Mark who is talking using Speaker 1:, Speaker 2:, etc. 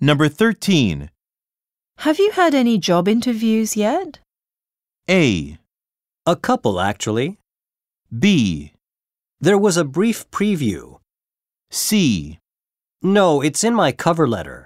Speaker 1: Number 13.
Speaker 2: Have you had any job interviews yet?
Speaker 1: A.
Speaker 3: A couple, actually.
Speaker 1: B.
Speaker 3: There was a brief preview.
Speaker 1: C.
Speaker 3: No, it's in my cover letter.